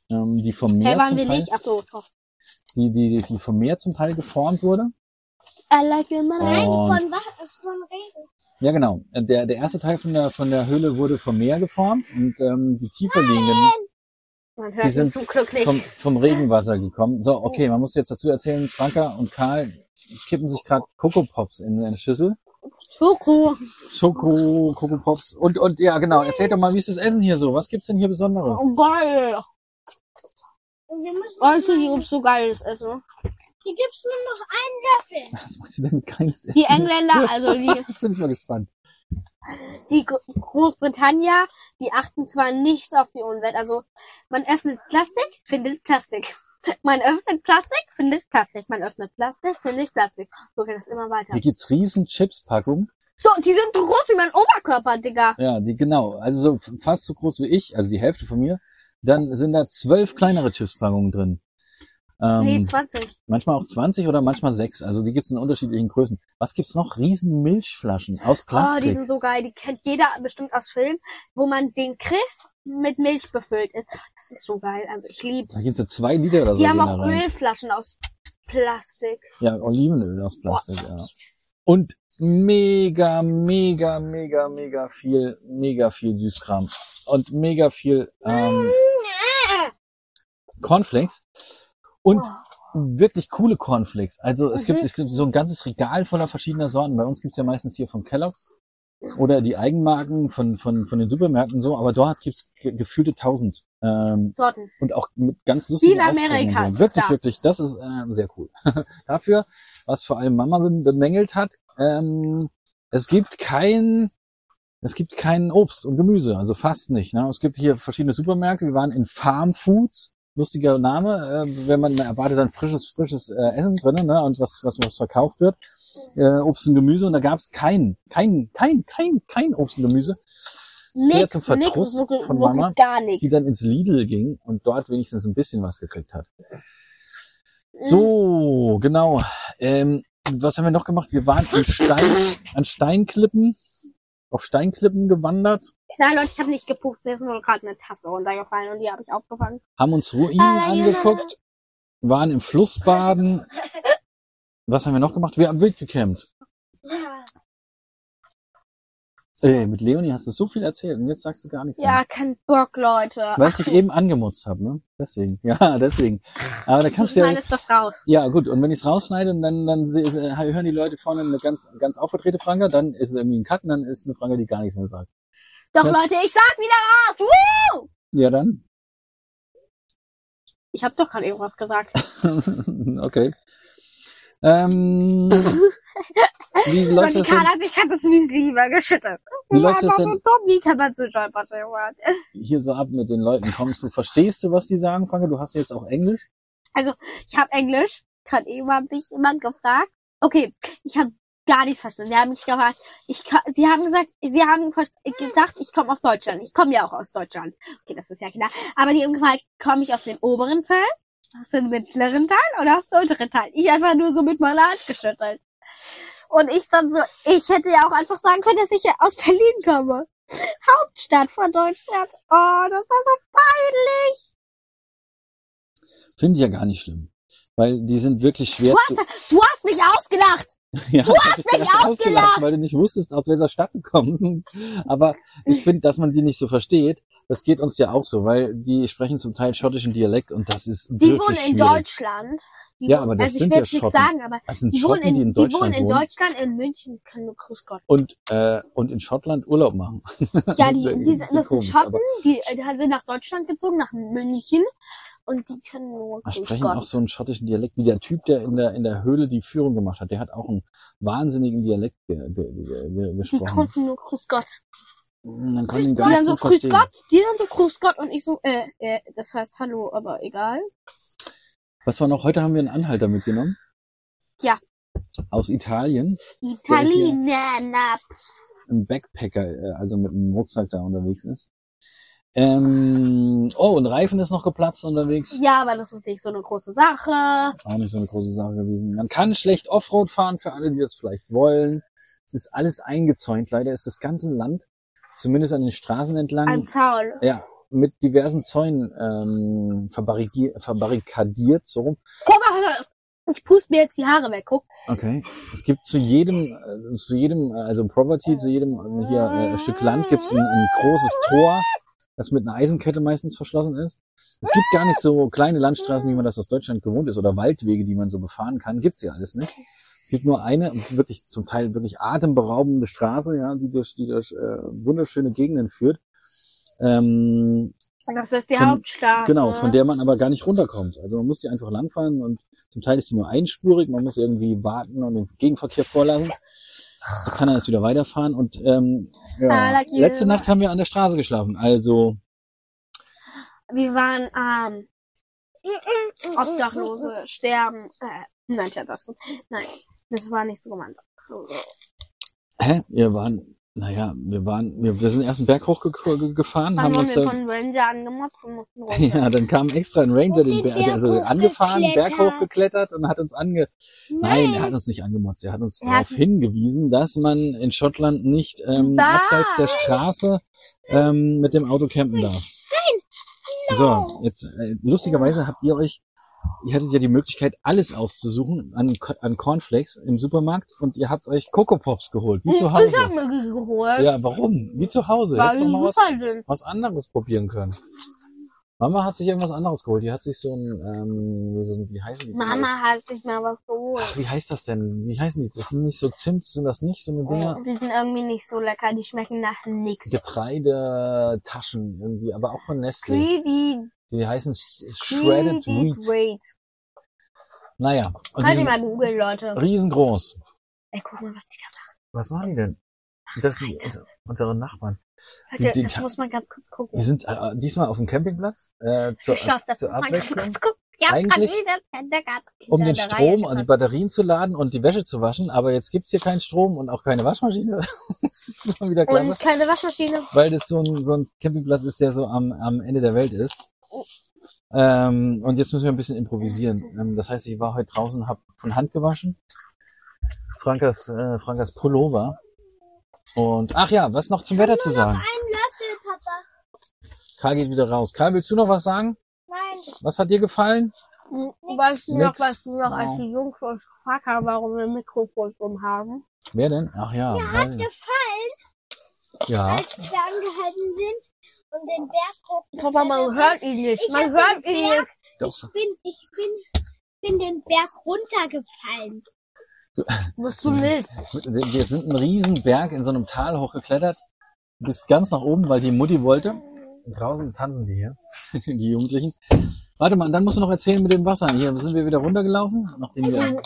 Speaker 2: ähm, die vom Meer
Speaker 1: hey, waren
Speaker 2: zum
Speaker 1: wir
Speaker 2: Teil,
Speaker 1: nicht? Ach so. doch.
Speaker 2: die die die vom Meer zum Teil geformt wurde.
Speaker 1: I like you, man.
Speaker 3: Nein,
Speaker 2: Und-
Speaker 3: von was? Ist von Regen.
Speaker 2: Ja, genau. Der, der erste Teil von der, von der Höhle wurde vom Meer geformt und ähm, die tiefer liegenden
Speaker 1: Man
Speaker 2: Die
Speaker 1: hört ihn
Speaker 2: sind
Speaker 1: zum Glück nicht. Oh.
Speaker 2: vom, vom Regenwasser gekommen. So, okay, man muss jetzt dazu erzählen, Franka und Karl kippen sich gerade Pops in eine Schüssel.
Speaker 1: Schoko.
Speaker 2: Schoko, Pops und, und ja, genau. Erzählt doch mal, wie ist das Essen hier so? Was gibt's denn hier Besonderes?
Speaker 1: Oh, geil.
Speaker 3: Und wir müssen.
Speaker 1: Weißt du, die Obst Oh, so Also, geiles Essen?
Speaker 3: Hier gibt's nur noch einen Löffel.
Speaker 2: Was meinst du denn mit geiles Essen?
Speaker 1: Die Engländer, also die,
Speaker 2: Jetzt bin ich mal gespannt.
Speaker 1: die Gro- Großbritannier, die achten zwar nicht auf die Umwelt. Also man öffnet Plastik, findet Plastik. Man öffnet Plastik, findet Plastik. Man öffnet Plastik, findet Plastik. So geht das immer weiter.
Speaker 2: Hier gibt's riesen Chipspackungen
Speaker 1: So, die sind so groß wie mein Oberkörper, Digga.
Speaker 2: Ja, die genau. Also so f- fast so groß wie ich, also die Hälfte von mir. Dann sind da zwölf kleinere Chipspackungen drin. Ähm,
Speaker 1: nee, Oh, 20.
Speaker 2: manchmal auch 20 oder manchmal sechs. Also die gibt's in unterschiedlichen Größen. Was gibt's noch? Riesen Milchflaschen aus
Speaker 1: Oh, die
Speaker 2: Plastik.
Speaker 1: sind so geil. Die kennt jeder bestimmt aus Filmen, wo man den Griff mit Milch befüllt ist. Das ist so geil. Also ich
Speaker 2: da
Speaker 1: lieb's.
Speaker 2: gehen so zwei Liter oder so.
Speaker 1: Die haben
Speaker 2: gehen da
Speaker 1: auch
Speaker 2: rein.
Speaker 1: Ölflaschen aus Plastik.
Speaker 2: Ja, Olivenöl aus Plastik, ja. Und mega, mega, mega, mega viel, mega viel Süßkram. Und mega viel ähm, Cornflakes. Und wirklich coole Cornflakes. Also es gibt,
Speaker 1: Oh. Mhm.
Speaker 2: es gibt so ein ganzes Regal voller verschiedener Sorten. Bei uns gibt's ja meistens hier von Kellogg's oder die Eigenmarken von, von, von den Supermärkten so, aber dort gibt's ge- gefühlte tausend. Ähm,
Speaker 1: Sorten.
Speaker 2: und auch mit ganz lustigen
Speaker 1: Viel Amerika
Speaker 2: Aufdrängen und so.
Speaker 1: ist
Speaker 2: Wirklich,
Speaker 1: da.
Speaker 2: wirklich, das ist ähm, sehr cool. Dafür, was vor allem Mama be- bemängelt hat, ähm, es gibt kein es gibt kein Obst und Gemüse, also fast nicht. Ne? Es gibt hier verschiedene Supermärkte. Wir waren in Farm Foods, lustiger Name, äh, wenn man man erwartet dann frisches frisches äh, Essen drin ne? und was was was verkauft wird, äh, Obst und Gemüse und da gab es kein kein kein kein kein Obst und Gemüse. Sehr
Speaker 1: Nix,
Speaker 2: zum
Speaker 1: nix,
Speaker 2: Verdruss
Speaker 1: wirklich,
Speaker 2: von Mama
Speaker 1: wirklich gar
Speaker 2: die
Speaker 1: nichts.
Speaker 2: dann ins Lidl ging und dort wenigstens ein bisschen was gekriegt hat.
Speaker 1: Mhm.
Speaker 2: So, genau. Ähm, was haben wir noch gemacht? Wir waren in Stein, an Steinklippen, auf Steinklippen gewandert,
Speaker 1: Nein, Leute, ich habe nicht gepupst. Mir ist nur gerade eine Tasse runtergefallen und die habe ich aufgefangen.
Speaker 2: haben uns Ruinen angeguckt, waren im Fluss baden. Was haben wir noch gemacht? Wir haben wild gecampt. Ey, Äh, mit Leonie hast du so viel erzählt und jetzt sagst du gar nichts mehr.
Speaker 1: Ja, kein Bock, Leute.
Speaker 2: Weil ich dich eben angemutzt habe, ne? Deswegen. Ja, deswegen. Aber da kannst du ja
Speaker 1: Nein, ist das raus.
Speaker 2: Ja, gut. Und wenn ich's rausschneide, dann, dann se- se- hören die Leute vorne eine ganz, ganz aufgedrehte Franka, dann ist es irgendwie ein Cut und dann ist eine Franka, die gar nichts mehr sagt.
Speaker 1: Doch,
Speaker 2: Ja.
Speaker 1: Leute, ich sag wieder raus. Woo!
Speaker 2: Ja, dann.
Speaker 1: Ich habe doch gerade irgendwas gesagt.
Speaker 2: okay. Ähm, wie läuft
Speaker 1: Und die
Speaker 2: das denn?
Speaker 1: Karl hat sich gerade das Müsli übergeschüttet. Das
Speaker 2: Wie
Speaker 1: war
Speaker 2: läuft das
Speaker 1: einfach so
Speaker 2: denn
Speaker 1: dumm. Wie kann man zu Joypotter machen?
Speaker 2: hier so ab mit den Leuten? Kommst du, verstehst du, was die sagen, Franka? Du hast jetzt auch Englisch?
Speaker 1: Ich habe Englisch. Gerade eben hat mich jemand gefragt. Okay, ich habe gar nichts verstanden. Sie haben mich gefragt. Ich, ka- sie haben gesagt, sie haben vers- gedacht, ich komme aus Deutschland. Ich komme ja auch aus Deutschland. Okay, das ist ja klar. Aber die haben gefragt, komme ich aus dem oberen Teil, aus dem mittleren Teil oder aus dem unteren Teil? Ich einfach nur so mit meiner Hand geschüttelt. Und ich dann so, ich hätte ja auch einfach sagen können, dass ich ja aus Berlin komme. Hauptstadt von Deutschland. Oh, das ist doch so peinlich.
Speaker 2: Finde ich ja gar nicht schlimm. Weil die sind wirklich schwer zu...
Speaker 1: Du hast mich ausgelacht.
Speaker 2: Ja, du hast
Speaker 1: mich ausgelacht!
Speaker 2: Weil du nicht wusstest, aus welcher Stadt du kommst. Aber ich finde, dass man die nicht so versteht, das geht uns ja auch so, weil die sprechen zum Teil schottischen Dialekt und das ist
Speaker 1: Die
Speaker 2: wirklich
Speaker 1: wohnen in
Speaker 2: schwierig.
Speaker 1: Deutschland. Die
Speaker 2: Ja,
Speaker 1: wohnen-
Speaker 2: aber das
Speaker 1: also
Speaker 2: sind
Speaker 1: ich will
Speaker 2: ja
Speaker 1: jetzt nichts
Speaker 2: Schotten.
Speaker 1: sagen, aber
Speaker 2: Das sind
Speaker 1: die wohnen,
Speaker 2: Schotten,
Speaker 1: in,
Speaker 2: die in
Speaker 1: die wohnen
Speaker 2: Deutschland
Speaker 1: in
Speaker 2: wohnen,
Speaker 1: Deutschland, in München, können grüß Gott.
Speaker 2: und, äh, und in Schottland Urlaub machen.
Speaker 1: Ja,
Speaker 2: Das
Speaker 1: die,
Speaker 2: ist ja
Speaker 1: die, das
Speaker 2: ein bisschen
Speaker 1: sind
Speaker 2: komisch,
Speaker 1: Schotten,
Speaker 2: aber-
Speaker 1: die äh, sind nach Deutschland gezogen, nach München. Und die können nur
Speaker 2: Wir
Speaker 1: grüß
Speaker 2: sprechen auch
Speaker 1: Gott.
Speaker 2: so einen schottischen Dialekt, wie der Typ, der in der, in der Höhle die Führung gemacht hat. Der hat auch einen wahnsinnigen Dialekt ge ge ge ge
Speaker 1: Die
Speaker 2: gesprochen.
Speaker 1: konnten nur grüß Gott.
Speaker 2: Man kann
Speaker 1: Die
Speaker 2: ihn gar nicht
Speaker 1: dann so
Speaker 2: gut
Speaker 1: grüß
Speaker 2: verstehen.
Speaker 1: Gott, die dann so grüß Gott und ich so, äh, äh, das heißt hallo, aber egal.
Speaker 2: Was war noch? Heute haben wir einen Anhalter mitgenommen.
Speaker 1: Ja.
Speaker 2: Aus Italien.
Speaker 1: Italiener, na,
Speaker 2: ein Backpacker, äh, also mit einem Rucksack da unterwegs ist. Ähm, oh, und Reifen ist noch geplatzt unterwegs.
Speaker 1: ja, aber das ist nicht so eine große Sache.
Speaker 2: Auch nicht so eine große Sache gewesen. Man kann schlecht Offroad fahren für alle, die das vielleicht wollen. Es ist alles eingezäunt. Leider ist das ganze Land, zumindest an den Straßen entlang,
Speaker 1: Ein Zaun.
Speaker 2: ja, mit diversen Zäunen ähm, verbarrikadiert, verbarrikadiert, so rum.
Speaker 1: Guck mal, hör mal, ich puste mir jetzt die Haare weg, guck.
Speaker 2: Okay. Es gibt zu jedem, äh, zu jedem, äh, also Poverty, zu jedem äh, hier äh, Stück Land gibt's ein, ein großes Tor, das mit einer Eisenkette meistens verschlossen ist. Es gibt gar nicht so kleine Landstraßen, wie man das aus Deutschland gewohnt ist, oder Waldwege, die man so befahren kann. Gibt's ja alles nicht. Es gibt nur eine, wirklich zum Teil wirklich atemberaubende Straße, ja, die durch, die durch äh, wunderschöne Gegenden führt. Ähm,
Speaker 1: Das ist die
Speaker 2: Von-
Speaker 1: Hauptstraße.
Speaker 2: Genau, von der man aber gar nicht runterkommt. Also man muss die einfach langfahren und zum Teil ist die nur einspurig, man muss irgendwie warten und den Gegenverkehr vorlassen. Dann kann er jetzt wieder weiterfahren und ähm,
Speaker 1: Ah,
Speaker 2: ja.
Speaker 1: lucky.
Speaker 2: letzte Nacht haben wir an der Straße geschlafen. Also
Speaker 1: Wir waren arm. Obdachlose sterben. Äh, nein, tja, das ist gut. Nein, das war nicht so gemeint. Obdachlose.
Speaker 2: Hä? Wir waren, naja, wir waren, wir, wir sind erst einen Berg hochgefahren,
Speaker 1: Dann
Speaker 2: haben uns
Speaker 1: wurden wir
Speaker 2: dann,
Speaker 1: von Ranger angemotzt und mussten runter.
Speaker 2: ja, dann kam extra ein Ranger,
Speaker 3: Und
Speaker 2: den
Speaker 3: den
Speaker 2: Berg,
Speaker 3: Berg
Speaker 2: also angefahren, Berg
Speaker 3: hochgeklettert.
Speaker 2: hochgeklettert und hat uns ange, nein, er hat uns nicht angemotzt, er hat uns
Speaker 1: Er
Speaker 2: darauf
Speaker 1: hat-
Speaker 2: hingewiesen, dass man in Schottland nicht, ähm,
Speaker 1: Nein.
Speaker 2: abseits der Straße, ähm, mit dem Auto campen darf. Nein! So, jetzt, äh, lustigerweise habt ihr euch, ihr hattet ja die Möglichkeit, alles auszusuchen an, Ko- an Cornflakes im Supermarkt und ihr habt euch Coco Pops geholt, wie zu
Speaker 1: Und Ich
Speaker 2: Hause.
Speaker 1: hab mir die geholt.
Speaker 2: Ja, warum? Wie zu Hause.
Speaker 1: Weil
Speaker 2: Hättest
Speaker 1: die
Speaker 2: doch mal was,
Speaker 1: super sind.
Speaker 2: was anderes probieren können. Mama hat sich irgendwas anderes geholt. Die hat sich so ein, ähm, so ein wie heißen die?
Speaker 1: Mama hat sich mal was geholt.
Speaker 2: Ach, wie heißt das denn? Wie heißen die? Das sind nicht so Zimt, sind das nicht so eine Dinger?
Speaker 1: Die sind irgendwie nicht so lecker, die schmecken nach nichts.
Speaker 2: Getreidetaschen irgendwie, aber auch von Nestle.
Speaker 1: Greedy,
Speaker 2: Die heißen Sh- Shredded
Speaker 1: greedy
Speaker 2: Wheat.
Speaker 1: great.
Speaker 2: Naja. Und die
Speaker 1: Könnt ihr
Speaker 2: sind
Speaker 1: mal googeln, Leute.
Speaker 2: riesengroß.
Speaker 1: Ey, guck mal, was die da
Speaker 2: Was machen die denn? Das sind unsere- unsere Nachbarn.
Speaker 1: Hört
Speaker 2: Die-
Speaker 1: ihr,
Speaker 2: die-
Speaker 1: das muss man ganz kurz gucken.
Speaker 2: Wir sind äh, diesmal auf dem Campingplatz. Äh, zur,
Speaker 1: Geschafft, das
Speaker 2: zur
Speaker 1: muss man ganz
Speaker 2: Abwechslung.
Speaker 1: kurz gucken. Ja,
Speaker 2: Eigentlich-
Speaker 1: wieder Kindergarten.
Speaker 2: um den
Speaker 1: Kinderreihe
Speaker 2: Strom an die
Speaker 1: gemacht.
Speaker 2: Batterien zu laden und die Wäsche zu waschen, aber jetzt gibt's hier keinen Strom und auch keine Waschmaschine. das ist mal wieder klasse,
Speaker 1: Und keine Waschmaschine.
Speaker 2: weil das so ein, so ein Campingplatz ist, der so am, am Ende der Welt ist. Ähm, und jetzt müssen wir ein bisschen improvisieren. Ähm, das heißt, ich war heute draußen, habe von Hand gewaschen. Frankas, äh, Frankas Pullover. Und ach ja, was noch zum Wetter zu sagen?
Speaker 3: Ein Löffel, Papa.
Speaker 2: Karl geht wieder raus. Karl, willst du noch was sagen?
Speaker 3: Nein.
Speaker 2: Was hat dir gefallen?
Speaker 1: Weißt du noch,
Speaker 2: Nix. Genau.
Speaker 1: weißt du noch, als
Speaker 2: Wow.
Speaker 1: die Jungs uns gefragt haben, warum wir Mikrofon drum haben?
Speaker 2: Wer denn? Ach ja, weil-
Speaker 3: Gefallen,
Speaker 2: ja.
Speaker 3: als wir angehalten sind und den Berg hochgeklettert
Speaker 1: Papa, man hört ihn nicht.
Speaker 3: Ich
Speaker 1: Man
Speaker 3: hab
Speaker 1: hört ihn
Speaker 3: gemerkt,
Speaker 1: nicht.
Speaker 2: Doch.
Speaker 3: sind. Bin, ich bin, bin den Berg runtergefallen.
Speaker 1: Musst du nicht.
Speaker 2: Wir sind einen riesen Berg in so einem Tal hochgeklettert, bis ganz nach oben, weil die Mutti wollte. Draußen tanzen die hier, die Jugendlichen. Warte mal, und dann musst du noch erzählen mit dem Wasser. Hier sind wir wieder runtergelaufen, nachdem wir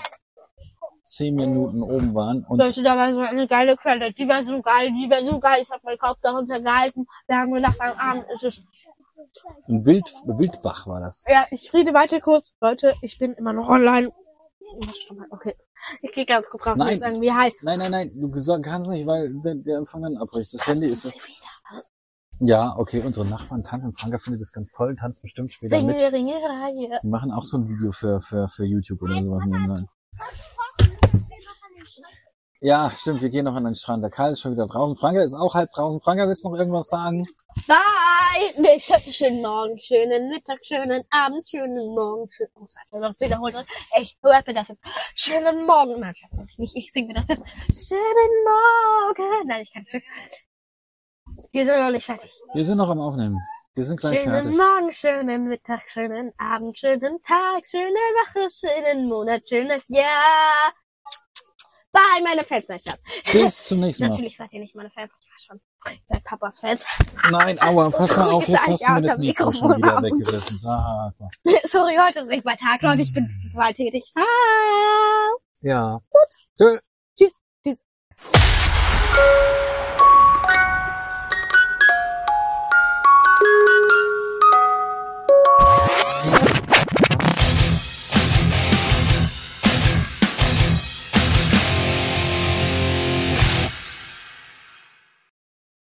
Speaker 2: zehn Minuten oben waren. Und
Speaker 1: Leute, da war so eine geile Quelle. Die war so geil, die war so geil. Ich habe meinen Kopf darunter gehalten. Wir haben gedacht, am Abend ist es.
Speaker 2: ein Wild, Wildbach war das.
Speaker 1: Ja, ich rede weiter kurz. Leute, ich bin immer noch online. Okay. Ich gehe ganz kurz raus
Speaker 2: Nein.
Speaker 1: und sagen, wie heißt
Speaker 2: Nein, nein, nein, du sag- kannst nicht, weil der, der Empfang dann abbricht. Das Handy ist. Ja, okay, unsere Nachbarn tanzen. Franka findet das ganz toll, tanzt bestimmt später mit.
Speaker 1: Ringe, Ringe, Reihe.
Speaker 2: Die machen auch so ein Video für, für, für YouTube oder sowas. nebenbei. Ja, stimmt, wir gehen noch an den Strand. Der Karl ist schon wieder draußen. Franka ist auch halb draußen. Franka, willst du noch irgendwas sagen?
Speaker 1: Bye! Nee, schö- schönen Morgen, schönen Mittag, schönen Abend, schönen Morgen, schönen. Oh, warte, noch wiederholt. drin. Ich hör mir das jetzt. Schönen Morgen. Nein, ich hab das nicht. Ich singe mir das jetzt. Schönen Morgen. Nein, ich kann es nicht. Wir sind noch nicht fertig.
Speaker 2: Wir sind noch am Aufnehmen. Wir sind gleich
Speaker 1: schönen
Speaker 2: fertig.
Speaker 1: Morgen, schönen Mittag, schönen Abend, schönen Tag, schöne Woche, schönen Monat, schönes Jahr. Bye, meine Fans. Nein, Schatz.
Speaker 2: Bis zum nächsten Mal.
Speaker 1: Natürlich seid ihr nicht meine Fans. Ich war schon. Ihr seid Papas Fans.
Speaker 2: Nein, aua, pass mal auf, jetzt
Speaker 1: Sag
Speaker 2: hast
Speaker 1: ich
Speaker 2: du
Speaker 1: auch,
Speaker 2: mir das
Speaker 1: das
Speaker 2: Mikro
Speaker 1: Mikrofon
Speaker 2: schon wieder
Speaker 1: auf.
Speaker 2: weggerissen. Sag mal.
Speaker 1: Sorry, heute ist nicht mein Tag, Leute. Ich bin ein bisschen gewalttätig. Ah. Ciao.
Speaker 2: Ja. Ups. Tschö.
Speaker 1: Tschüss. Tschüss.